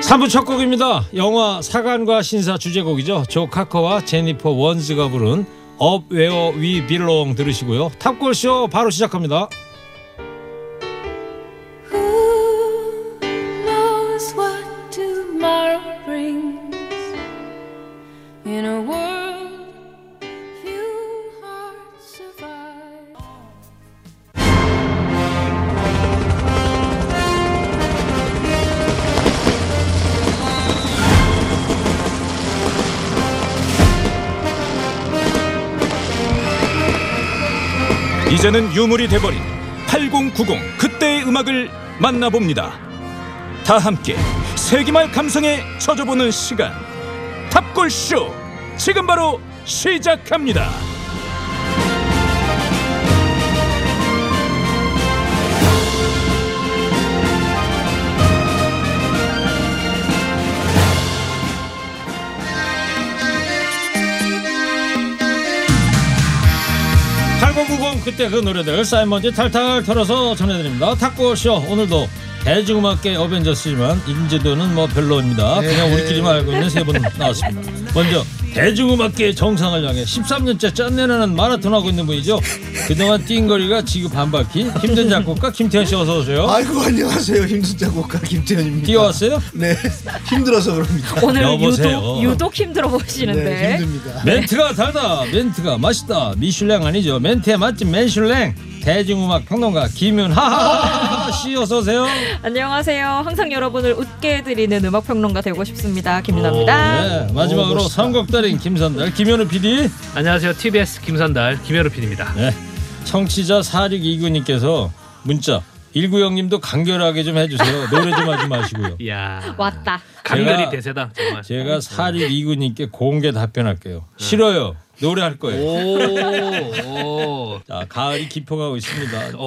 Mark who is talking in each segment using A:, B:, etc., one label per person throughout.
A: 3부 첫 곡입니다 영화 사관과 신사 주제곡이죠 조 카커와 제니퍼 원즈가 부른 Up Where We Belong 들으시고요 탑골쇼 바로 시작합니다
B: Who knows what tomorrow brings? In a world few hearts survive.
C: 이제는 유물이 돼버린 8090 그때의 음악을 만나봅니다. 다 함께 세기말 감성에 젖어보는 시간 탑골쇼 지금 바로 시작합니다.
A: 탈곡구공 그때 그 노래들 사이먼즈 탈탈 털어서 전해드립니다 탁구쇼 오늘도 대중음악계 어벤져스지만 인지도는 뭐 별로입니다
D: 예.
A: 그냥 우리끼리만 알고 있는 세 분 나왔습니다 먼저 대중음악계 정상을 향해 13년째 짠내나는 마라톤 하고 있는 분이죠 그동안 띵거리가 지구 반바퀴 힘든 작곡가 김태현 씨 어서 오세요
D: 아이고 안녕하세요 힘든 작곡가 김태현입니다.
A: 뛰어왔어요?
D: 네 힘들어서 그럽니다.
E: 오늘
A: 여보세요.
E: 유독 유독 힘들어 보시는데
D: 네 힘듭니다.
A: 멘트가 달다 멘트가 맛있다 미슐랭 아니죠 멘트의 맛집 맨슐랭 대중음악 평론가 김윤하 씨 어서 오세요
E: 안녕하세요. 항상 여러분을 웃게 해드리는 음악 평론가 되고 싶습니다. 김윤아입니다.
A: 네, 마지막으로
D: 멋있다.
A: 선곡달인 김선달 김현우 PD
F: 안녕하세요. TBS 김선달 김현우 PD입니다.
A: 네, 청취자 4629님께서 문자 190님도 간결하게 좀 해주세요 노래 좀 하지 마시고요
F: 이야.
E: 왔다.
F: 강렬히
A: 제가-
F: 대세다. 정말.
A: 제가 4629님께 공개 답변할게요 싫어요 노래할 거예요
F: 오.
A: 자 가을이 깊어가고 있습니다
F: 오.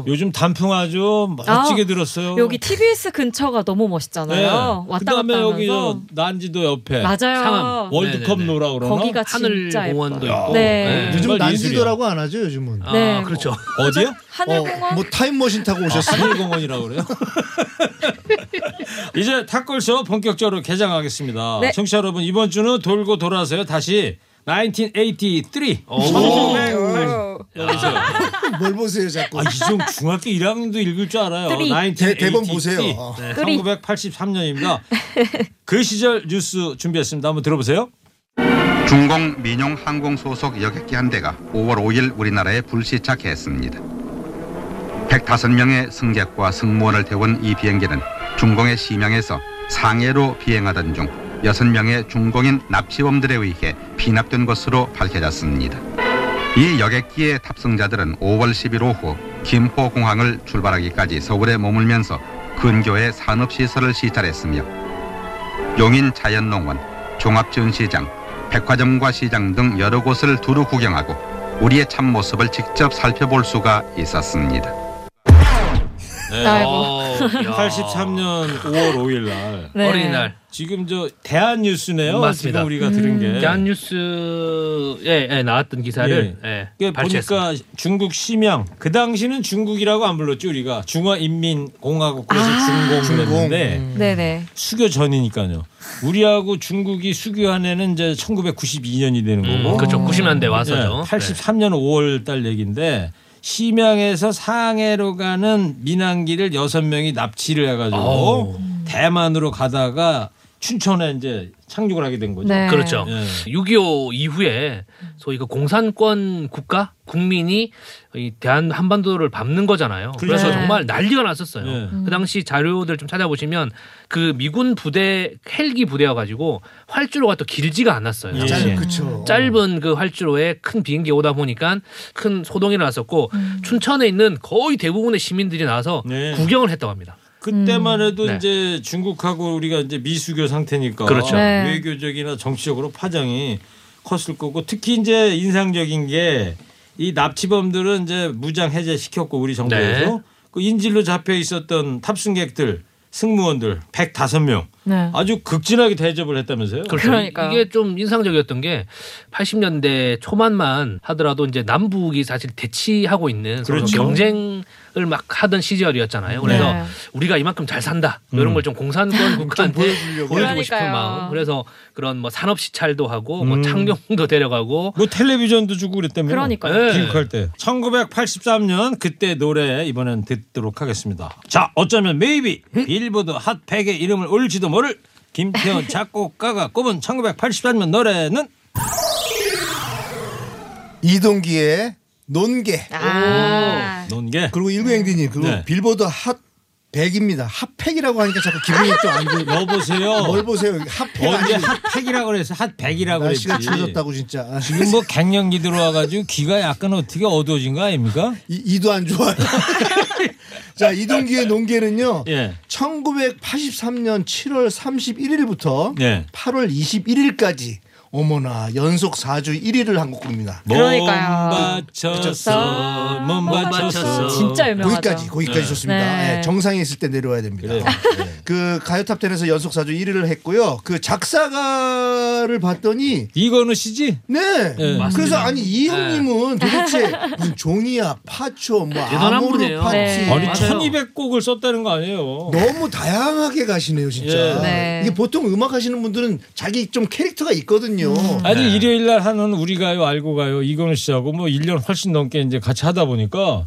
F: 오.
A: 요즘 단풍 아주 멋지게
E: 아,
A: 들었어요
E: 여기 TBS 근처가 너무 멋있잖아요.
A: 네.
E: 왔다
A: 그다음에
E: 갔다
A: 여기
E: 하면서
A: 저 난지도 옆에
E: 맞아요.
F: 상암.
A: 월드컵
F: 네네네.
A: 노라 그러나
E: 거기가
F: 하늘
E: 진짜
F: 공원도
E: 예뻐요.
F: 있고.
E: 네.
A: 네.
D: 요즘
A: 정말
D: 난지도라고 안 하죠 요즘은.
F: 아,
E: 네.
F: 그렇죠.
A: 어디요?
E: 하늘공원.
D: 뭐 타임머신 타고 오셨어요?
A: 하늘공원이라고 그래요. 이제 탁골쇼 본격적으로 개장하겠습니다.
E: 네.
A: 청취자 여러분 이번 주는 돌고 돌아서요 다시 1983.
F: 오.
A: 여기서
D: 뭘 보세요 자꾸.
A: 아 이종 중학교 1학년도 읽을 줄 알아요.
E: 뚜리.
A: 1983.
D: 대- 대본 보세요. 어.
E: 뚜리.
A: 1983년입니다. 그 시절 뉴스 준비했습니다. 한번 들어보세요.
G: 중공 민용 항공 소속 여객기 한 대가 5월 5일 우리나라에 불시착했습니다. 105명의 승객과 승무원을 태운 이 비행기는 중공의 심양에서 상해로 비행하던 중 6명의 중공인 납치범들에 의해 피납된 것으로 밝혀졌습니다. 이 여객기의 탑승자들은 5월 10일 오후 김포공항을 출발하기까지 서울에 머물면서 근교의 산업시설을 시찰했으며 용인 자연농원, 종합지원시장, 백화점과 시장 등 여러 곳을 두루 구경하고 우리의 참모습을 직접 살펴볼 수가 있었습니다.
A: 네. 어,
E: 아이고.
A: 83년 5월 5일 날.
E: 네.
F: 어, 어린이날.
A: 지금 저 대한 뉴스네요.
F: 맞습니다.
A: 지금 우리가
E: 음.
A: 들은
E: 네.
A: 게.
F: 대한뉴스에 예, 나왔던 기사를
A: 예.
F: 예,
A: 그게
F: 발췌했습니다.
A: 보니까 중국 심양 그 당시는 중국이라고 안 불렀죠 우리가 중화인민공화국에서 중공했는데
F: 음.
E: 네네.
A: 수교 전이니까요. 우리하고 중국이 수교한 해는 이제 1992년이 되는 거고. 네,
F: 음, 그렇죠. 90년대 와서죠.
E: 네,
A: 83년 5월 달 얘기인데 심양에서 상해로 가는 민항기를 여섯 명이 납치를 해가지고
F: 아우.
A: 대만으로 가다가 춘천에 이제 착륙을 하게 된 거죠.
E: 네.
F: 네. 그렇죠.
A: 예.
F: 6.25 이후에 소위 그 공산권 국가 국민이 이 대한 한반도를 밟는 거잖아요. 그래서
E: 네.
F: 정말 난리가 났었어요.
A: 네.
F: 그 당시 자료들 좀 찾아보시면 그 미군 부대 헬기 부대여 가지고 활주로가 또 길지가 않았어요.
A: 예.
D: 짧 그쵸.
F: 짧은 그 활주로에 큰 비행기 오다 보니까 큰 소동이 났었고 춘천에 있는 거의 대부분의 시민들이 나와서
A: 네.
F: 구경을 했다고 합니다.
A: 그때만
E: 음.
A: 해도
F: 네.
A: 이제 중국하고 우리가 이제 미수교 상태니까
F: 그렇죠.
E: 네.
A: 외교적이나 정치적으로 파장이 컸을 거고 특히 이제 인상적인 게 이 납치범들은 이제 무장 해제 시켰고 우리 정부에서
F: 네.
A: 그 인질로 잡혀 있었던 탑승객들 승무원들 105명
E: 네.
A: 아주 극진하게 대접을 했다면서요.
F: 그렇죠.
E: 그러니까요.
F: 이게 좀 인상적이었던 게 80년대 초반만 하더라도 이제 남북이 사실 대치하고 있는 서로
A: 그렇죠.
F: 경쟁을 막 하던 시절이었잖아요. 그래서
E: 네.
F: 우리가 이만큼 잘 산다
A: 음.
F: 뭐 이런 걸 좀 공산권 국가한테 보여주고 싶은
E: 그러니까요.
F: 마음. 그래서 그런 뭐 산업 시찰도 하고 뭐
A: 음.
F: 창경도 데려가고
A: 뭐 텔레비전도 주고 그랬다며.
E: 그러니까요.
F: 네.
A: 기획할 때. 1983년 그때 노래 이번엔 듣도록 하겠습니다. 자, 어쩌면 메이비 빌보드 핫 100의 이름을 올지도 모를 김태현 작곡가가 꼽은 1983년 노래는
D: 이동기의 논개.
E: 아.
A: 논개.
D: 그리고 일구행디님 그리고
A: 네.
D: 빌보드 핫 100입니다. 핫팩이라고 하니까 자꾸 기분이 좀안 좋.
A: 여보세요.
D: 뭘 보세요? 여기 핫팩
A: 뭐? 언제
D: 아니고
A: 핫 100이라고 그랬어? 핫 100이라고 그랬지.
D: 날씨가 추워졌다고 진짜. 아,
A: 지금 뭐 갱년기 들어와가지고 귀가 약간 어떻게 어두워진 거 아닙니까?
D: 이, 이도 안 좋아요. 자 이동기의 논개는요.
A: 예.
D: 1983년 7월 31일부터
A: 예.
D: 8월 21일까지 어머나 연속 4주 1위를 한 곡입니다.
E: 그러니까요.
A: 못 맞췄어, 못 맞췄어.
E: 진짜 유명하죠.
D: 거기까지 거기까지 좋습니다.
E: 네.
D: 예, 정상에 있을 때 내려와야 됩니다.
A: 그래요. 네.
D: 그 가요탑 10에서 연속 4주 1위를 했고요. 그 작사가를 봤더니
A: 이건우 씨지?
D: 네.
A: 맞습니다. 네.
D: 그래서 아니 이 형님은 도대체 무슨 종이학, 파초, 뭐
F: 대단한
D: 아모르
F: 분이에요.
D: 파티
E: 네.
A: 아니
F: 맞아요.
A: 1200곡을 썼다는 거 아니에요.
D: 어. 너무 다양하게 가시네요, 진짜.
A: 예.
E: 네.
D: 이게 보통 음악 하시는 분들은 자기 좀 캐릭터가 있거든요.
A: 아니 일요일 날 하는 우리가요 알고 가요 이건우 씨하고 뭐 1년 훨씬 넘게 이제 같이 하다 보니까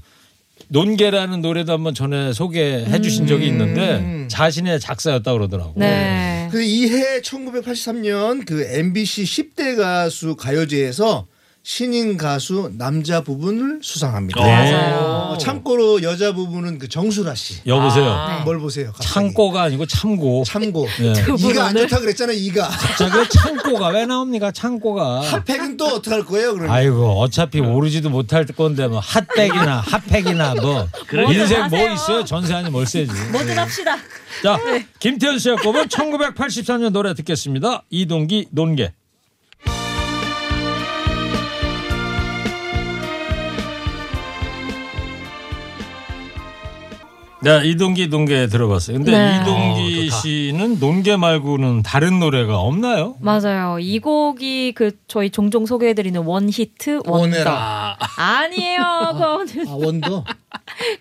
A: 논개라는 노래도 한번 전에 소개해 주신 적이 있는데 자신의 작사였다 그러더라고.
E: 네.
D: 근데 이해 1983년 그 MBC 10대 가수 가요제에서 신인 가수 남자 부분을 수상합니다.
E: 맞아요.
D: 어, 참고로 여자 부분은 그 정수라 씨.
A: 여보세요.
D: 뭘 보세요? 갑자기.
A: 창고가 아니고 참고.
D: 아. 참고.
A: 예.
D: 이가 안 좋다 그랬잖아요. 이가.
A: 자기 창고가 왜 나옵니까? 창고가.
D: 핫팩은 또 어떻게 할 거예요? 그러면.
A: 아이고 어차피 오르지도 못할 건데 뭐 핫팩이나 핫팩이나 뭐 인생 뭐
E: 하세요.
A: 있어요? 전세 아니 월세지.
E: 뭐든 합시다.
A: 자,
E: 네.
A: 김태현 씨의 꼽은 1983년 노래 듣겠습니다. 이동기 논개. 네, 이동기 논개 들어봤어요. 근데
E: 네.
A: 이동기 씨는 논개 말고는 다른 노래가 없나요?
E: 맞아요. 이 곡이 그 저희 종종 소개해드리는 원히트 원더.
F: 아,
E: 아니에요. 그건
D: 아, 원더.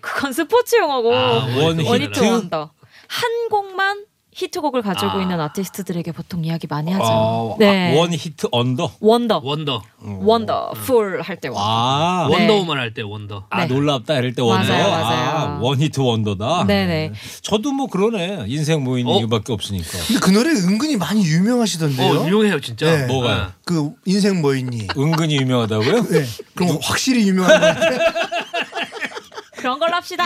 E: 그건 스포츠 용어고
F: 아,
A: 원히트?
E: 원히트 원더. 한 곡만 히트곡을 가지고
F: 아.
E: 있는 아티스트들에게 보통 이야기 많이 하죠.
A: 아,
E: 네.
A: 원 히트 언더.
E: 원더.
F: 원더
E: 원더풀 할 때 원더.
A: 아,
E: 네.
F: 원더우먼 할 때 원더.
A: 아
E: 네.
A: 놀랍다 이럴 때 원더.
E: 맞아요, 맞아요.
A: 아, 원 히트 원더다.
E: 네네.
A: 저도 뭐 그러네. 인생 모인
F: 어?
A: 이유밖에 없으니까.
D: 근데 그 노래 은근히 많이 유명하시던데요.
F: 어 유명해요 진짜.
D: 네.
A: 뭐가요?
D: 그 인생 뭐 있니?
A: 은근히 유명하다고요?
D: 네. 그럼 확실히 유명한 거 같아요.
E: 그런 걸로 합시다.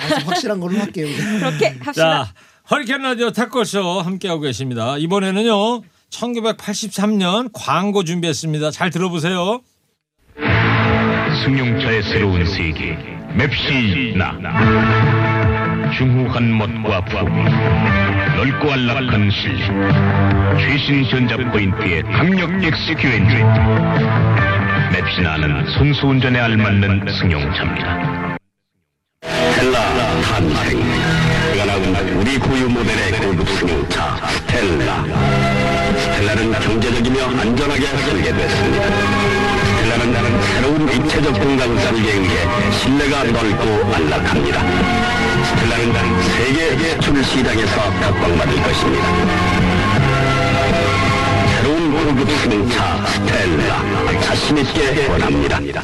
D: 아무튼 확실한 걸로 할게요.
E: 그렇게 합시다.
A: 자, 허리케인 라디오 탁골쇼 함께하고 계십니다. 이번에는요. 1983년 광고 준비했습니다. 잘 들어보세요.
H: 승용차의 새로운 세계 맵시나 중후한 멋과 부러움 넓고 안락한 실력 최신 전자 포인트의 강력 엑스큐 엔진 맵시나는 선수운전에 알맞는 승용차입니다 스텔라 탄생 그가 나온 우리 고유 모델의 고급 승용차 스텔라 스텔라는 경제적이며 안전하게 설계됐습니다 스텔라는 나는 새로운 입체적 공간 설계에 의해 신뢰가 넓고 안락합니다. 스텔라는 난 세계 예술 시장에서 각광받을 것입니다. 새로운 고급 승차 스텔라 자신있게 권합니다.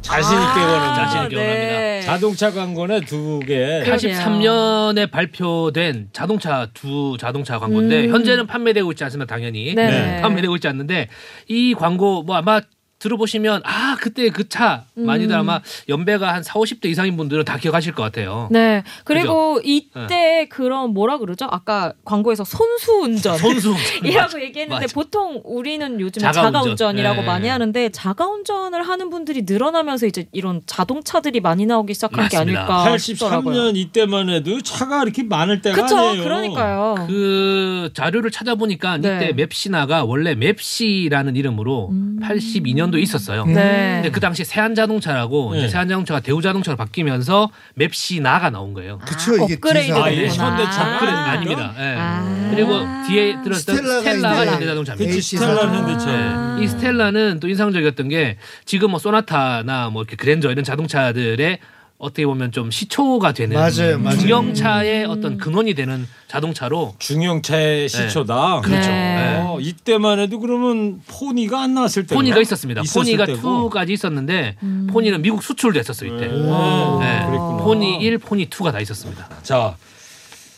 A: 자신 있게 보는
F: 아, 자신
A: 자신.
F: 있게
E: 아, 네.
A: 자동차 광고네 두 개.
E: 그러게요.
F: 83년에 발표된 자동차 두 자동차
E: 음.
F: 광고인데 현재는 판매되고 있지 않습니다. 당연히
E: 네.
F: 판매되고 있지 않는데 이 광고 뭐 아마 들어보시면 아 그때 그 차
E: 음.
F: 많이들 아마 연배가 한 4, 50대 이상인 분들은 다 기억하실 것 같아요.
E: 네. 그리고
A: 네.
E: 이때 그런 뭐라 그러죠? 아까 광고에서 손수 운전.
F: 손수
E: 이라고 얘기했는데
F: 음, 맞아.
E: 보통 우리는 요즘에
F: 자가운전.
E: 자가운전이라고
F: 예.
E: 많이 하는데 자가운전을 하는 분들이 늘어나면서 이제 이런 자동차들이 많이 나오기 시작한 게
F: 맞습니다.
E: 아닐까 싶더라고요.
A: 83년 이때만 해도 차가 이렇게 많을 때가
E: 그쵸
A: 아니에요.
E: 그러니까요.
F: 그 자료를 찾아보니까
E: 네.
F: 이때 맵시나가 원래 맵시라는 이름으로 82년도 있었어요.
E: 음. 네.
F: 근데 그 당시 세안자동차라고
A: 네.
F: 이제 세안자동차가 대우자동차로 바뀌면서 맵시나가 나온 거예요.
D: 그쵸 이게
E: 아, 업그레이드
D: 디자인.
A: 아, 예.
E: 되는구나.
A: 현대 차
F: 그래 아닙니다. 예.
E: 아.
F: 그리고 뒤에 들었던
D: 스텔라가
F: 스텔라가
D: 이제
F: 현대자동차입니다.
A: 그치, 스텔라는 현대차.
E: 아.
F: 예. 이 스텔라는 또 인상적이었던 게 지금 뭐 소나타나 뭐 이렇게 그랜저 이런 자동차들의 어떻게 보면 좀 시초가 되는
D: 맞아요, 맞아요.
F: 중형차의 어떤 근원이 되는 자동차로
A: 중형차의 시초다. 그렇죠.
E: 네.
A: 어, 이때만 해도 그러면 포니가 안 나왔을 때.
F: 포니가 있었습니다. 포니가
A: 고
F: 2까지 있었는데
E: 음.
F: 포니는 미국 수출됐었어요 이때. 네.
A: 그랬구나.
F: 포니 1, 포니 2가 다 있었습니다.
A: 자,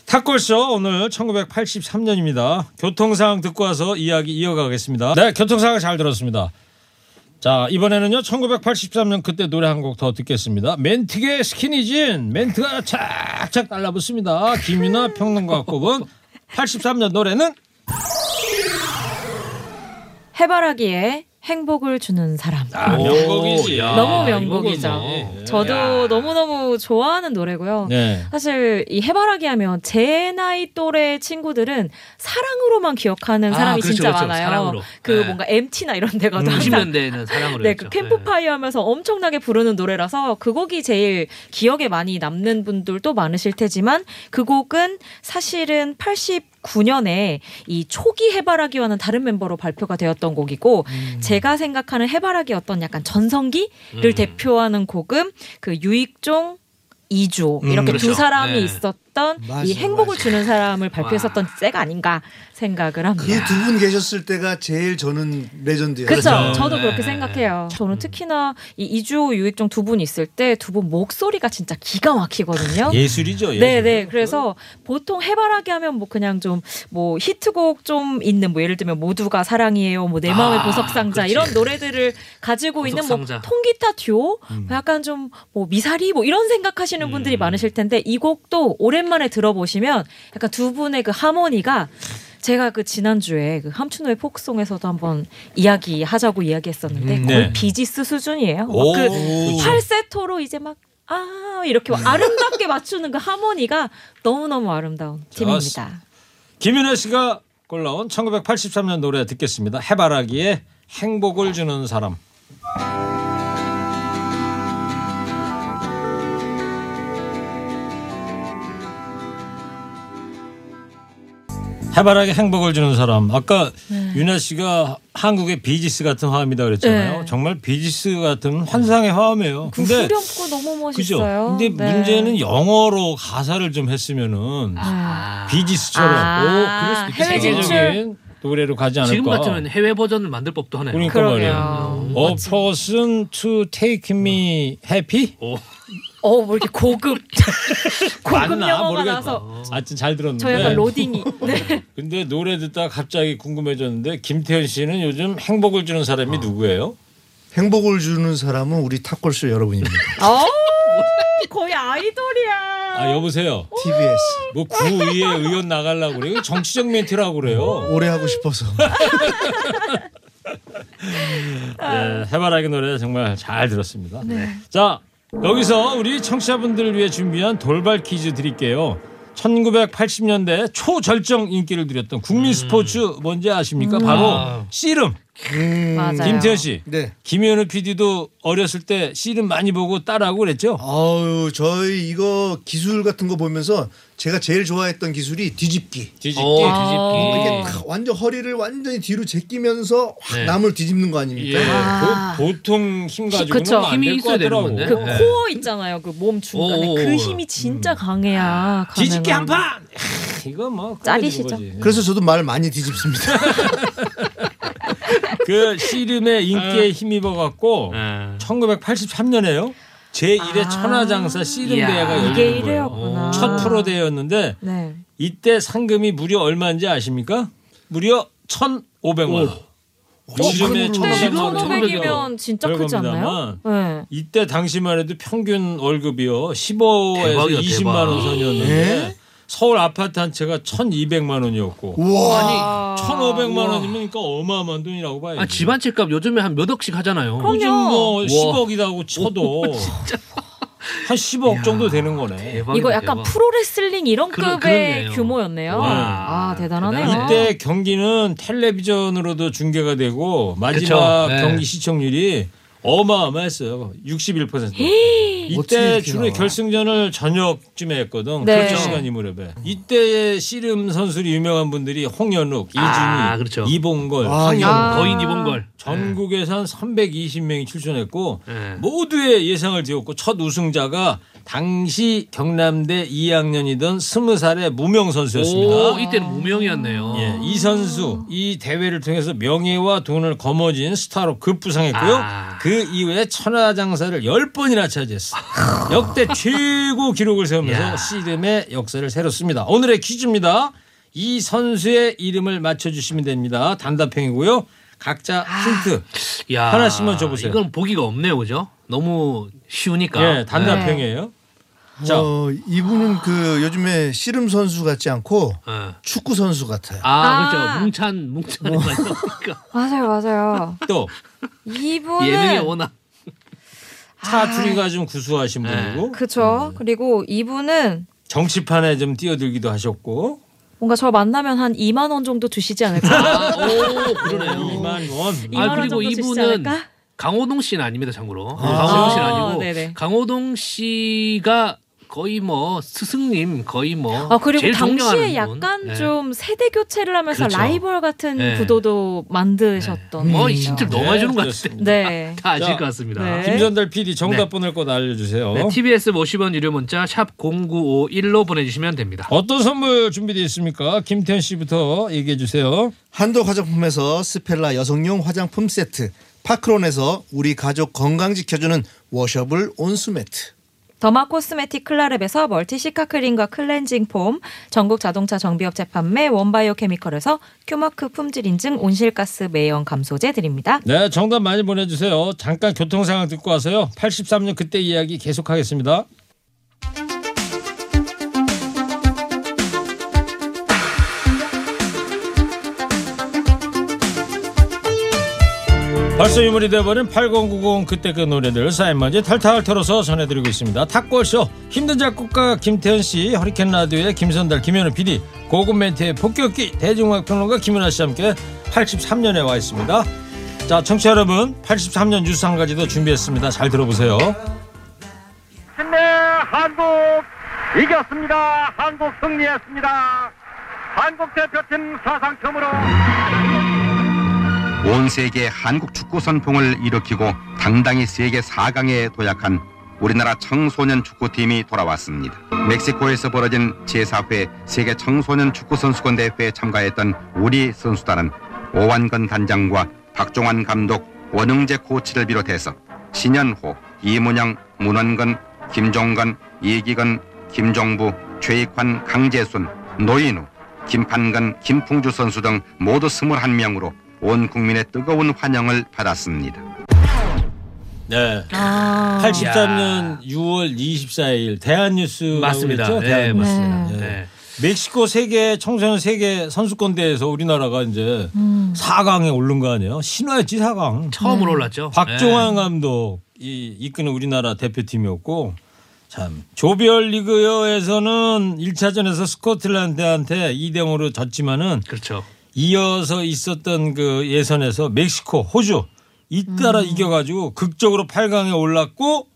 A: 탁골쇼 오늘 1983년입니다. 교통상황 듣고 와서 이야기 이어가겠습니다. 네, 교통상황 잘 들었습니다. 자, 이번에는요. 1983년 그때 노래 한 곡 더 듣겠습니다. 멘트의 스키니진. 멘트가 착착 달라붙습니다. 김윤아 평론가가 꼽은 83년 노래는
E: 해바라기에 행복을 주는 사람.
A: 아, 명곡이지.
E: 너무 명곡이죠.
A: 이거는 뭐.
E: 저도 너무너무 좋아하는 노래고요.
A: 네.
E: 사실 이 해바라기 하면 제 나이 또래 친구들은 사랑으로만 기억하는
F: 아,
E: 사람이
F: 그렇죠,
E: 진짜
F: 그렇죠.
E: 많아요.
F: 사랑으로.
E: 그
F: 네. 음,
E: 뭔가 MT나 이런 데가도 항상
F: 90년대에는 사랑으로
E: 네,
F: 했죠.
E: 그 캠프파이어 하면서 엄청나게 부르는 노래라서 그 곡이 제일 기억에 많이 남는 분들도 많으실 테지만 그 곡은 사실은 89년에 이 초기 해바라기와는 다른 멤버로 발표가 되었던 곡이고
F: 음.
E: 제가 생각하는 해바라기 어떤 약간 전성기를 대표하는 곡은 그 유익종 이조 이렇게
F: 그렇죠.
E: 두 사람이
F: 네.
E: 있었던
D: 맞아요,
E: 이 행복을
D: 맞아요.
E: 주는 사람을 발표했었던 때가 아닌가 생각을 합니다.
D: 이 두 분 계셨을 때가 제일 저는 레전드예요.
E: 그렇죠.
F: 그렇죠.
E: 저도
F: 네.
E: 그렇게 생각해요. 저는 특히나 이 이주호 유익종 두 분 있을 때 두 분 목소리가 진짜 기가 막히거든요.
A: 예술이죠. 예술.
E: 네네. 그래서 보통 해바라기 하면 뭐 그냥 좀 뭐 히트곡 좀 있는 뭐 예를 들면 모두가 사랑이에요. 뭐 내 마음의
F: 아,
E: 보석상자
F: 그렇지.
E: 이런 노래들을 가지고 있는 뭐
F: 보석상자. 음.
E: 통기타 듀오 약간 좀 뭐 미사리 뭐 이런 생각하시는 분들이 많으실 텐데 이 곡도 오랜만에 들어보시면 약간 두 분의 그 하모니가 제가 그 지난주에 그 함춘호의 폭송에서도 한번 이야기하자고 이야기했었는데
A: 음,
E: 거의
A: 네.
E: 비지스 수준이에요. 막
A: 오,
E: 그
A: 그렇죠.
E: 팔세토로 이제 막 아, 이렇게 막 아름답게 맞추는 그 하모니가 너무너무 아름다운 팀입니다.
A: 김윤혜 씨가 골라온 1983년 노래 듣겠습니다. 해바라기에 행복을 주는 사람. 해바라기 행복을 주는 사람. 아까
E: 네.
A: 윤아 씨가 한국의 비지스 같은 화음이다 그랬잖아요.
E: 네.
A: 정말 비지스 같은 환상의 화음이에요.
E: 그
A: 근데
E: 후렴구 너무
A: 그죠?
E: 멋있어요.
A: 근데
E: 네.
A: 문제는 영어로 가사를 좀 했으면은
E: 아.
A: 비지스처럼 뭐
E: 아,
F: 오, 그럴 수도 있겠다.
E: 해외 진출
A: 세계적인 노래로 가지 않을까.
F: 지금 같으면 해외 버전을 만들 법도 하네요.
A: 그러니까 말이야.
E: 그러게요. 음.
A: A person to take me happy?
F: 오.
E: 어, 뭐 이렇게 고급 고급
A: 맞나?
E: 영어가
A: 모르겠다.
E: 나서
A: 아무튼 잘 들었는데.
E: 저 약간 로딩이 네.
A: 근데 노래 듣다 갑자기 궁금해졌는데 김태현 씨는 요즘 행복을 주는 사람이 누구예요?
D: 행복을 주는 사람은 우리 탁골쇼 여러분입니다.
E: 어, 거의 아이돌이야.
A: 아 여보세요.
D: TBS
A: 뭐 구의회 의원 나가려고 그래요. 이거 정치적 멘트라고 그래요.
D: 오래 하고 싶어서
A: 네, 해바라기 노래 정말 잘 들었습니다. 자, 여기서 우리 청취자분들을 위해 준비한 돌발 퀴즈 드릴게요. 1980년대 초절정 인기를 누렸던 국민 스포츠 뭔지 아십니까? 바로
F: 아.
A: 씨름.
E: 맞아요.
A: 김태현 씨.
D: 네.
A: 김현우 PD도 어렸을 때 씨름 많이 보고 따라하고 그랬죠?
D: 어. 아유 저희 이거 기술 같은 거 보면서 제가 제일 좋아했던 기술이 뒤집기.
A: 뒤집기.
F: 오,
E: 그러니까.
D: 이게
F: 어,
E: 어.
F: 뒤집기.
D: 다 완전 허리를 완전히 뒤로 제끼면서 확
F: 네.
D: 남을 뒤집는 거 아닙니까?
A: 예,
E: 아.
A: 그 보통 힘
E: 그쵸.
A: 가지고는
F: 힘이
A: 안될 것
F: 있어야 되는
A: 같더라고.
F: 건데.
E: 그
F: 네.
E: 코어 있잖아요. 그 몸 중간에
F: 오,
E: 그
F: 오,
E: 힘이 진짜 강해야.
A: 음. 뒤집기
E: 가능한.
A: 한 판. 이거 뭐
E: 짜리시죠?
A: 거지.
D: 그래서 저도 말 많이 뒤집습니다.
A: 그 씨름의 인기에 힘입어 갖고
F: 예.
A: 1983년에요. 제1회
E: 아.
A: 천하장사 씨름
F: 이야.
A: 대회가
E: 이게
A: 열리는
E: 일회
A: 거예요.
E: 였구나
A: 첫 프로 대회였는데
E: 네.
A: 이때 상금이 무려 얼마인지 아십니까? 무려 1,500만 원. 요즘에 천오백
D: 큰 걸로.
F: 지금
A: 원
F: 1,500이면
E: 천오백이면 진짜 크지 않나요? 네.
A: 이때 당시만 해도 평균 월급이요 15에서
F: 대박이다,
A: 20만
F: 대박.
A: 원 선이었는데
D: 예?
A: 서울 아파트 한 채가 1,200만 원이었고
D: 우와.
E: 아.
A: 1,500만 원이면 그러니까 어마어마한 돈이라고 봐야지.
F: 아, 집안 집값 요즘에 한 몇 억씩 하잖아요.
E: 그럼요.
A: 요즘 뭐
F: 우와.
A: 10억이라고 쳐도 한 10억 정도 되는 거네.
F: 대박이다,
E: 이거 약간
F: 대박.
E: 프로레슬링
F: 그러-
E: 이런급의
F: 그렇네요.
E: 규모였네요.
F: 와.
E: 아 대단하네요.
A: 이때 경기는 텔레비전으로도 중계가 되고 마지막
F: 그쵸, 네.
A: 경기 시청률이 어마어마했어요. 61%.
D: 어떻게
A: 이때
D: 이렇게
A: 주로
D: 나와?
A: 결승전을 저녁쯤에 했거든.
E: 네.
A: 그렇죠. 시간 이 무렵에. 이때 씨름 선수로 유명한 분들이 홍현욱, 이준희,
F: 아, 그렇죠.
A: 이봉걸,
D: 아,
A: 황현
E: 아.
F: 거인 이본걸.
A: 전국에서 한 320명이 출전했고
F: 네.
A: 모두의 예상을 지었고 첫 우승자가 당시 경남대 2학년이던 20살의 무명
F: 오,
A: 선수였습니다.
F: 이때는 무명이었네요.
A: 예, 이 선수 이 대회를 통해서 명예와 돈을 거머쥔 스타로 급부상했고요.
F: 아.
A: 그 이후에 천하장사를 10번이나 차지했어. 역대 최고 기록을 세우면서
F: 야.
A: 씨름의 역사를 새롭습니다. 오늘의 퀴즈입니다. 이 선수의 이름을 맞춰주시면 됩니다. 단답형이고요. 각자
F: 아.
A: 힌트
F: 야,
A: 하나씩만 줘보세요.
F: 이건 보기가 없네요, 그죠? 너무 쉬우니까.
A: 예, 단답형이에요. 자,
D: 어, 이분은 그 요즘에 씨름 선수 같지 않고
F: 네. 예.
D: 축구 선수 같아요.
F: 아,
E: 아.
F: 그렇죠. 뭉찬 뭉찬
A: 뭐.
F: 맞으니까
E: 맞아요, 맞아요.
A: 또
F: 예능이
E: 이분은
F: 워낙
A: 사투리가 좀 구수하신 분이고
E: 그쵸.
F: 음.
E: 그리고 이분은
A: 정치판에 좀 뛰어들기도 하셨고
E: 뭔가 저 만나면 한 2만 원 정도 주시지 않을까?
F: 아, 오, 그러네요. 아,
A: 이만 원.
E: 2만 원 정도 주시지 않을까?
F: 강호동 씨는 아닙니다, 참고로. 강호동 씨는
E: 아,
F: 아니고
E: 네네.
F: 강호동 씨가 거의 뭐 스승님 거의 뭐
E: 아 그리고
F: 제일 존경하는
E: 당시에
F: 분.
E: 약간
F: 네.
E: 좀 세대 교체를 하면서
F: 그렇죠.
E: 라이벌 같은
F: 네.
E: 구도도 만드셨던
F: 뭐
E: 분이죠.
F: 진짜 너무 많이 주는 것
A: 그렇습니다.
F: 같은데.
E: 음, 네.
F: 다 아실
A: 자, 어?
F: 것 같습니다.
E: 네.
A: 김전달 PD 정답 보낼 곳 알려주세요.
F: 네, TBS 50원 유료 문자 샵 0951로 보내주시면 됩니다.
A: 어떤 선물 준비되어 있습니까? 김태현 씨부터 얘기해 주세요.
D: 한독 화장품에서 스펠라 여성용 화장품 세트, 파크론에서 우리 가족 건강 지켜주는 워셔블 온수 매트.
E: 더마 코스메틱 클라랩에서 멀티 시카 크림과 클렌징 폼, 전국 자동차 정비업체 판매 원바이오 케미컬에서 큐마크 품질 인증 온실가스 매연 감소제 드립니다.
A: 네, 정답 많이 보내주세요. 잠깐 교통 상황 듣고 와서요. 83년 그때 이야기 계속하겠습니다. 벌써 유물이 되어버린 8090 그때 그 노래들 사인마저 탈탈 털어서 전해드리고 있습니다. 탁골쇼 힘든 작곡가 김태현 씨, 허리케인 라디오의 김선달, 김현우 PD, 고급 멘트의 폭격기 대중음악 평론가 김윤아 씨와 함께 83년에 와 있습니다. 자, 청취자 여러분, 83년 유상까지도 준비했습니다. 잘 들어보세요.
H: 네, 한국 이겼습니다. 한국 승리했습니다. 한국 대표팀 사상 처음으로
G: 온 세계 한국 축구 선풍을 일으키고 당당히 세계 4강에 도약한 우리나라 청소년 축구팀이 돌아왔습니다. 멕시코에서 벌어진 제4회 세계 청소년 축구 선수권 대회에 참가했던 우리 선수단은 오완건 단장과 박종환 감독, 원흥재 코치를 비롯해서 신현호, 이문영, 문원건, 김종건, 이기건, 김종부, 최익환, 강재순, 노인우, 김판근, 김풍주 선수 등 모두 21명으로 온 국민의 뜨거운 환영을 받았습니다.
A: 네.
E: 아,
A: 83년 6월 24일 대한뉴스
F: 맞습니다. 네,
A: 그렇죠? 대한뉴스.
F: 맞습니다.
A: 네.
F: 네.
A: 멕시코 세계 청소년 세계 선수권 대회에서 우리나라가 이제
F: 음.
A: 4강에 오른 거 아니에요? 신화였지 4강.
F: 처음으로
E: 네.
F: 올랐죠. 네.
A: 박종환 감독이 이끄는 우리나라 대표팀이었고 참 조별 리그에서는 1차전에서 스코틀란드한테 2대 0으로 졌지만은
F: 네, 그렇죠.
A: 이어서 있었던 그 예선에서 멕시코, 호주 잇따라 이겨가지고 극적으로 8강에 올랐고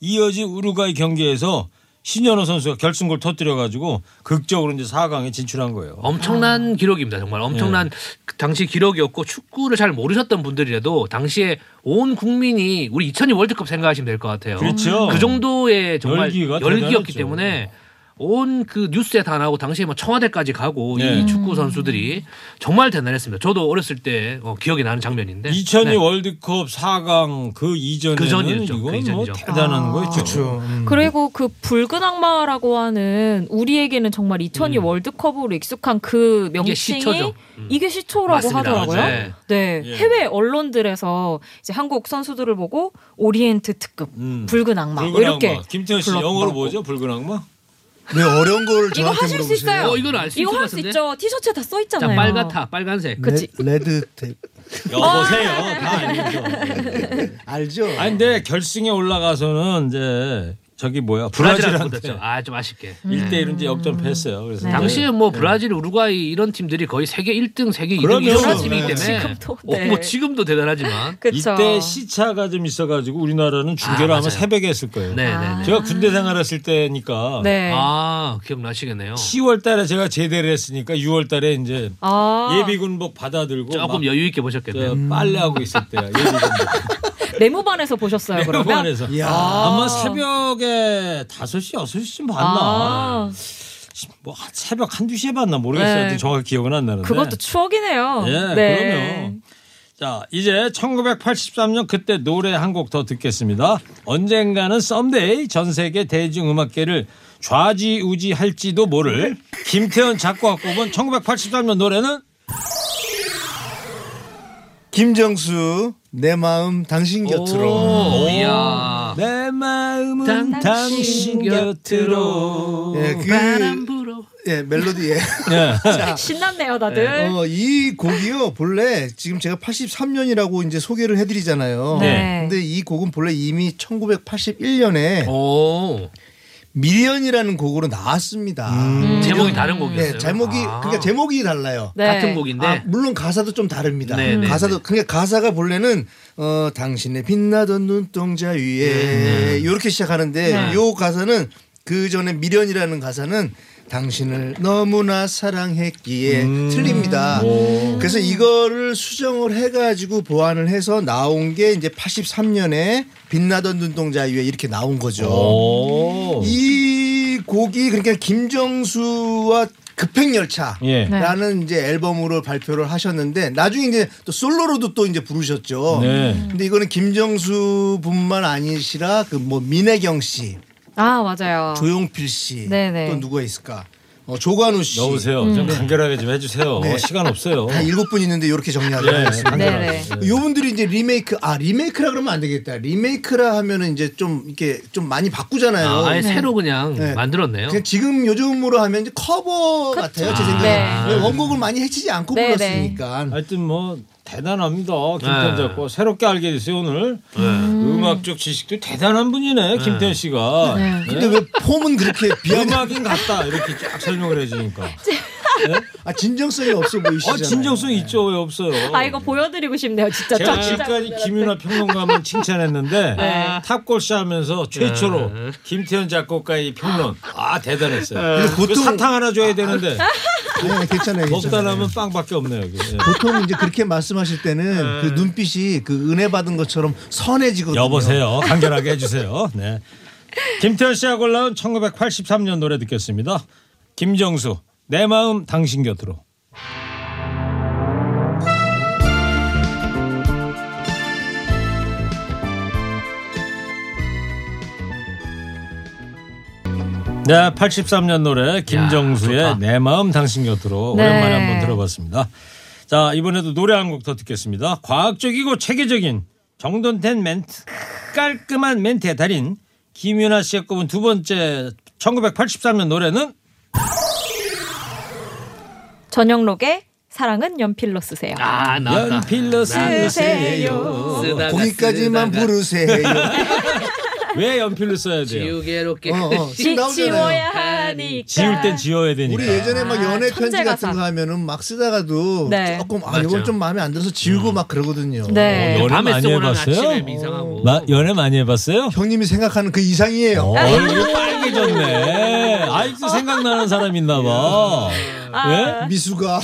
A: 이어진 우루과이 경기에서 신현호 선수가 결승골 터뜨려가지고 극적으로 이제 4강에 진출한
F: 어,
A: 거예요.
E: 어.
F: 엄청난 기록입니다. 정말 엄청난
A: 네.
F: 그 당시 기록이었고 축구를 잘 모르셨던 분들이라도 당시에 온 국민이 우리 2002 월드컵 생각하시면 될 것 같아요.
A: 그렇죠.
F: 그 정도의 정말
A: 열기가
F: 열기였기
A: 대단했죠.
F: 때문에 온 그 뉴스에 다 나오고 당시에 뭐 청와대까지 가고
A: 네.
F: 이 축구 선수들이 정말 대단했습니다. 저도 어렸을 때 어, 기억이 나는 장면인데.
A: 2002
F: 네.
A: 월드컵 4강 그 이전에는
F: 그 전이었죠.
A: 이건
F: 그
A: 뭐
F: 이전이죠.
A: 대단한
E: 아.
A: 거였죠.
D: 그렇죠. 음.
E: 그리고 그 붉은 악마라고 하는 우리에게는 정말 2002 월드컵으로 익숙한 그 명칭이
F: 시초죠. 음.
E: 이게 시초라고
F: 맞습니다.
E: 하더라고요.
F: 네.
E: 네,
A: 예.
E: 해외 언론들에서 이제 한국 선수들을 보고 오리엔트 특급,
A: 음.
E: 붉은 악마
A: 붉은
E: 이렇게
A: 악마. 김태현 씨
E: 불렀다고.
A: 영어로 뭐죠? 붉은 악마?
D: 왜 어려운 걸
E: 이거
D: 저한테
E: 하실 수
D: 물어보세요?
E: 있어요.
F: 어, 이건 알수 있을
E: 이거
F: 것
E: 할 수
F: 같은데?
E: 있죠. 네. 티셔츠에 다 써
F: 자,
E: 있잖아요. 네.
F: 빨갛다, 빨간색.
A: 음.
E: 그치.
D: 네, 레드 탭
A: 여보세요. 다 알죠.
D: 알죠?
A: 아니 근데 결승에 올라가서는 이제 저기 뭐야
F: 브라질한테
A: 브라질한테 음.
F: 못했죠. 아, 좀 아쉽게.
A: 1대1은 네. 이제 역전패했어요. 그래서 이제
F: 당시에 뭐 브라질, 우루과이 이런 팀들이 거의 세계 1등, 세계 2등 이런
A: 그럼요.
F: 팀이기 때문에
E: 지금도,
F: 어,
E: 네.
F: 뭐 지금도 대단하지만
E: 그쵸.
A: 이때 시차가 좀 있어가지고 우리나라는 중계를
F: 아,
A: 아마
F: 맞아요.
A: 새벽에 했을 거예요.
F: 네, 네, 네.
A: 제가 군대 생활했을 때니까
E: 아, 네. 아.
F: 아, 기억나시겠네요.
A: 10월달에 제가 제대를 했으니까 6월달에 이제
E: 아.
A: 예비군복 받아들고
F: 조금
A: 막
F: 여유 있게
A: 저
F: 보셨겠네요.
A: 빨래하고 있을 때야 예비군복.
E: 레무반에서 보셨어요. 그러면
A: 그래서
D: 이야.
A: 아마 새벽에 5시 6시쯤 봤나.
E: 아,
A: 뭐 한- 새벽 한두 시에 봤나 모르겠어요.
E: 네.
A: 근데 정확히 기억은 안 나는데.
E: 그것도 추억이네요.
A: 예, 그럼요. 자, 이제 1983년 그때 노래 한 곡 더 듣겠습니다. 언젠가는 썸데이 전 세계 대중음악계를 좌지우지 할지도 모를 김태현 작곡가 꼽은 1983년 노래는
D: 김정수 내 마음 당신 곁으로.
F: 오, 이야.
A: 내 마음은 당신, 곁으로.
D: 예, 그
F: 바람 불어.
D: 예, 멜로디에.
A: 예.
E: 신났네요, 다들.
D: 어, 이 곡이요 본래 지금 제가 83년이라고 이제 소개를 해드리잖아요.
A: 네.
D: 근데 이 곡은 본래 이미 1981년에
F: 오.
D: 미련이라는 곡으로 나왔습니다.
F: 제목이 다른 곡이었어요.
D: 네, 제목이
F: 아.
D: 그러니까 제목이 달라요.
E: 네.
F: 같은 곡인데
D: 아, 물론 가사도 좀 다릅니다.
F: 네, 네,
D: 가사도
F: 네.
D: 그러니까 가사가 본래는 어 당신의 빛나던 눈동자
F: 네,
D: 위에 이렇게 시작하는데
E: 네.
D: 요 가사는 그 전에 미련이라는 가사는 당신을 너무나 사랑했기에 틀립니다. 그래서 이거를 수정을 해가지고 보완을 해서 나온 게 이제 83년에 빛나던 눈동자 위에 이렇게 나온 거죠.
A: 오.
D: 이 곡이 그러니까 김정수와 급행열차라는
A: 예.
E: 네.
D: 이제 앨범으로 발표를 하셨는데 나중에 이제 또 솔로로도 또 이제 부르셨죠.
A: 네.
D: 근데 이거는 김정수뿐만 아니시라 그 뭐 민혜경 씨,
E: 아, 맞아요.
D: 조용필 씨,
E: 네네.
D: 또 누가 있을까? 어, 조관우 씨.
A: 여보세요. 좀 간결하게 좀 해주세요. 시간 없어요.
D: 네. 다 일곱 분 있는데 이렇게 정리하도록
A: 예,
D: 하겠습니다.
A: 간결하게.
E: 네네.
D: 요분들이 이제 리메이크 아 리메이크라 그러면 안 되겠다. 리메이크라 하면은 이제 좀 이렇게 좀 많이 바꾸잖아요.
F: 아, 아예 새로 그냥
D: 네.
F: 만들었네요.
D: 그냥 지금 요즘으로 하면 이제 커버 같아요 제 생각에
E: 아.
D: 는 원곡을 많이 해치지 않고
E: 네,
D: 불렀으니까
A: 하여튼 뭐 대단합니다. 김태현
F: 네.
A: 작곡 새롭게 알게 됐어요 오늘. 그 음악적 지식도 대단한 분이네 김태현 씨가.
E: 네.
D: 근데 왜 폼은 그렇게 비하냐
A: 음악인 같다 이렇게 쫙 설명을 해주니까.
D: 아 진정성이 없어 보이시잖아요
A: 아 진정성 있죠 왜 없어요.
E: 아, 이거 보여드리고 싶네요, 진짜. 네.
A: 제가
E: 청취자분들한테.
A: 지금까지 김윤아 평론가만 칭찬했는데 탑골씨 하면서 최초로 김태현 작곡가의 평론 아 대단했어요.
D: 근데
A: 그
D: 보통
A: 사탕 하나 줘야 되는데
D: 네, 괜찮아요
A: 먹다
D: 괜찮아요.
A: 남은 빵밖에 없네요. 여기. 예.
D: 보통 이제 그렇게 말씀하실 때는 그 눈빛이 그 은혜 받은 것처럼 선해지거든요
A: 여보세요. 간결하게 해주세요. 네. 김태현 씨하고 올라온 1983년 노래 듣겠습니다. 김정수, 내 마음 당신 곁으로. 네, 83년 노래 김정수의
F: 좋다.
A: 내 마음 당신 곁으로
E: 네.
A: 오랜만에 한번 들어봤습니다. 자, 이번에도 노래 한 곡 더 듣겠습니다. 과학적이고 체계적인 정돈된 멘트, 깔끔한 멘트의 달인 김윤아 씨의 꼽은 두 번째 1983년 노래는
E: 전영록의 사랑은 연필로 쓰세요.
F: 아, 나왔다.
A: 연필로
E: 쓰세요.
A: 쓰세요.
F: 쓰다가
D: 거기까지만
F: 쓰다가
D: 부르세요
A: 왜 연필로 써야 돼요?
F: 지우개로 깨.
D: 어, 어, 지금 나오잖아요
E: 지워야 하니까.
A: 지울 땐 지워야 되니까.
D: 우리 예전에 막
E: 아,
D: 연애
E: 천재
D: 편지 같은
E: 가사.
D: 거 하면은 막 쓰다가도
E: 네.
D: 조금 아
F: 맞죠.
D: 이건 좀 마음에 안 들어서 지우고 막 그러거든요
E: 네.
A: 어, 연애
F: 밤에
A: 많이
F: 쓰고 나면
A: 해봤어요?
F: 아침에 이상하고.
A: 마- 연애 많이 해봤어요?
D: 형님이 생각하는 그 이상이에요
F: 아, 예.
A: 얼굴 빨개졌네. 아직도
F: 아.
A: 어. 생각나는 사람 있나 봐. 예?
D: 미수가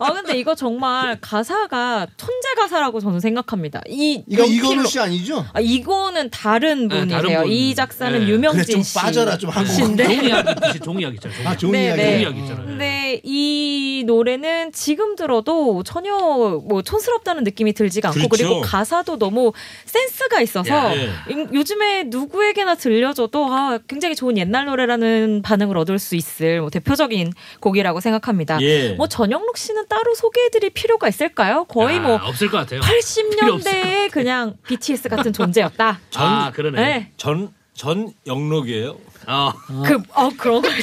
E: 아 근데 이거 정말 가사가 천재 가사라고 저는 생각합니다. 이
D: 그 이거
E: 연필로-
D: 이건우 씨 아니죠?
E: 아, 이거는 다른
F: 네,
E: 분이세요.
F: 다른 분.
E: 이 작사는
F: 네.
D: 그래
E: 유명진
D: 좀
E: 씨. 네.
D: 빠져라 좀 한국.
E: 신데?
F: 아, 뭐 종이 이야기 있듯이 종이 이야기 있잖아요. 종이
D: 아
F: 이야기.
D: 좋은 이야기.
E: 네, 네.
F: 종이 이야기 있잖아요.
E: 근데 이 노래는 지금 들어도 전혀 뭐 촌스럽다는 느낌이 들지가 않고 그리
A: 그렇죠.
E: 고 가사도 너무 센스가 있어서
A: 예.
E: 음, 요즘에 누구에게나 들려줘도 아, 굉장히 좋은 옛날 노래라는 반응을 얻을 수 있을 뭐 대표적인 곡이라고 생각합니다.
A: 예.
E: 뭐 전영록 씨는 따로 소개해드릴 필요가 있을까요? 거의
F: 야,
E: 뭐
F: 없을 것 같아요. 필요 없을 것
E: 80년대에 그냥 BTS 같은 존재였다.
F: 아 그러네.
E: 네.
A: 전, 전 영록이에요.
F: 어.
E: 그, 어, 그런 거 있지.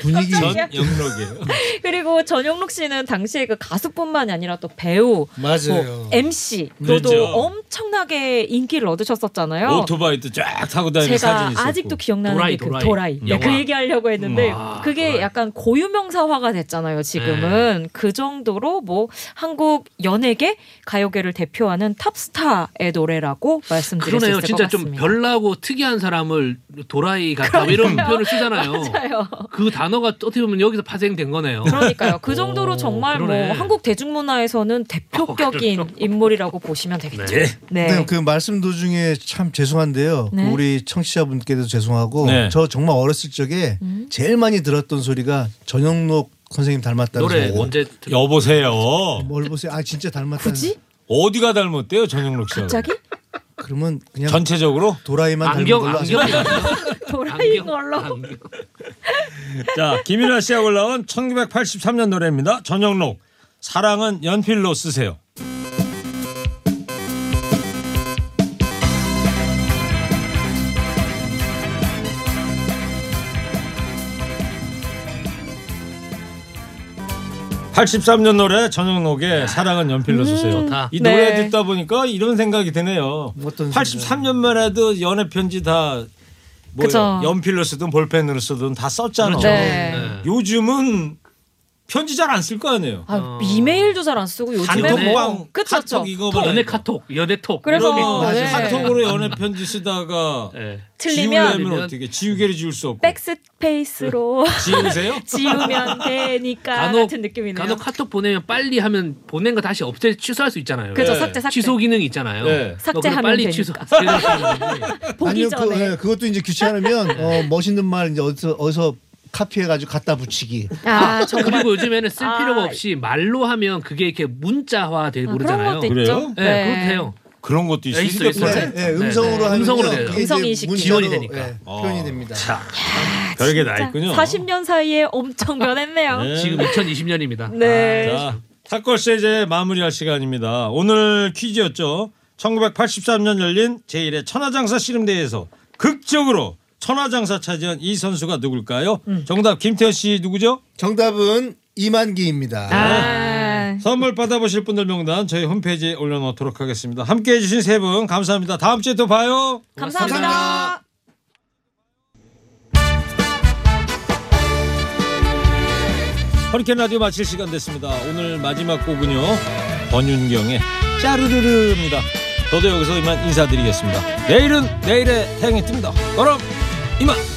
D: 분위기.
A: 전
E: 깜짝이야.
A: 영록이에요.
E: 그리고 전영록 씨는 당시에 그 가수뿐만이 아니라 또 배우,
D: 어, 맞아요.
E: 뭐 MC, 그도
A: 그렇죠.
E: 엄청나게 인기를 얻으셨었잖아요.
A: 오토바이도 쫙 타고 다니는
E: 제가
A: 사진이 있었고.
E: 아직도 기억나는
F: 도라이,
E: 게 그
F: 도라이.
E: 도라이. 네, 그
F: 영화.
E: 얘기하려고 했는데
F: 음, 아,
E: 그게
F: 도라이. 네.
E: 약간 고유명사화가 됐잖아요. 지금은 그 정도로 뭐 한국 연예계 가요계를 대표하는 탑스타의 노래라고 말씀드릴 수
F: 그러네요.
E: 있을 것
F: 진짜 좀
E: 같습니다.
F: 별나고 특이한 사람을 도라이 같다 뭐 이런
E: 그러니까요.
F: 표현을 쓰잖아요.
E: 맞아요.
F: 그 단어가 어떻게 보면 여기서 파생된 거네요.
E: 그러니까요. 그 정도로
F: 오,
E: 정말
F: 그러네. 어,
E: 뭐 한국 대중문화에서는 대표격인 인물이라고 보시면 되겠죠.
F: 네.
E: 네.
D: 네, 그 말씀 도중에 참 죄송한데요.
E: 네.
D: 그 우리 청취자분께도 죄송하고
A: 네.
D: 저 정말 어렸을 적에
E: 음.
D: 제일 많이 들었던 소리가 전영록 선생님 닮았다는
F: 노래
D: 소리.
F: 언제 들-
A: 여보세요.
D: 뭘 보세요? 아 진짜 닮았다는.
E: 굳이
A: 어디가 닮았대요, 전영록 씨하고?
E: 갑자기
D: 그러면 그냥
A: 전체적으로?
D: 도라이만
F: 안경
D: 닮은 걸로
F: 안경
D: 하세요.
E: 돌아인
F: 안경
E: 걸로. 네.
F: 안경.
A: 자, 김윤아 씨가 올라온 1983년 노래입니다. 전영록. 사랑은 연필로 쓰세요. (83년) 노래 전영록의 사랑은 연필로 쓰세요
F: 좋다.
A: 이 노래
E: 네.
A: 듣다 보니까 이런 생각이 드네요
D: 어떤 생각?
A: 83년만 해도 연애 편지 다 뭐야,
E: 그쵸.
A: 연필로 쓰든 볼펜으로 쓰든 다 썼잖아.
E: 네.
A: 요즘은 편지 잘 안 쓸 거 아니에요.
E: 아, 이메일도 잘 안 쓰고 요즘에 뭐
A: 단톡방,
E: 그쵸 그쵸.
A: 카톡 이거
F: 연애
A: 톡
F: 카톡, 연애 톡.
E: 그래서
D: 거.
E: 네.
A: 카톡으로 연애 편지 쓰다가
F: 예.
E: 틀리면
A: 지우려면 어떻게 지우개를 지울 수 없고
E: 백스페이스로
A: 네. 지우세요?
E: 지우면 되니까
F: 간혹
E: 아, 같은 느낌이네요.
F: 간혹 카톡 보내면 빨리 하면 보낸 거 다시 없애 취소할 수 있잖아요.
E: 그죠
A: 네.
E: 그렇죠. 삭제 삭제.
F: 취소 기능 있잖아요.
A: 네.
F: 너 그거
E: 삭제하면
F: 빨리
E: 되니까.
F: 취소. 삭제하면 되는데.
E: 보기
D: 아니요,
E: 전에. 네.
D: 그, 예, 그것도 이제 귀찮으면 어, 멋있는 말 이제 어디서 어디서 카피해가지고 갖다 붙이기.
E: 아 정말
F: 그리고 요즘에는 쓸
E: 아.
F: 필요가 없이 말로 하면 그게 이렇게 문자화 되고
E: 아, 그런
F: 그러잖아요.
E: 것도
A: 그래요?
E: 있죠. 네.
F: 예, 그렇대요.
A: 그런 것도 있어요.
F: 있어, 있어.
D: 네, 예, 음성으로
F: 네, 네.
D: 하면
F: 음성으로 돼요.
E: 음성 인식기.
F: 지원이 되니까.
D: 네,
F: 어.
D: 표현이 됩니다.
A: 별게 다 있군요.
E: 40년 네. 사이에 엄청 변했네요.
A: 네.
F: 지금 2020년입니다.
E: 네.
A: 자, 탁걸스 이제 마무리할 시간입니다. 오늘 퀴즈였죠. 1983년 열린 제1회 천하장사 씨름대회에서 극적으로 천하장사 차지한 이 선수가 누굴까요? 정답 김태현 씨 누구죠?
D: 정답은 이만기입니다.
E: 아,
A: 선물 받아보실 분들 명단 저희 홈페이지에 올려놓도록 하겠습니다. 함께해 주신 세 분 감사합니다. 다음 주에 또 봐요.
E: 감사합니다.
A: 허리케인 라디오 마칠 시간 됐습니다. 오늘 마지막 곡은요. 권윤경의 짜르르르입니다. 저도 여기서 이만 인사드리겠습니다. 내일은 내일의 태양이 뜹니다. 그럼 이만.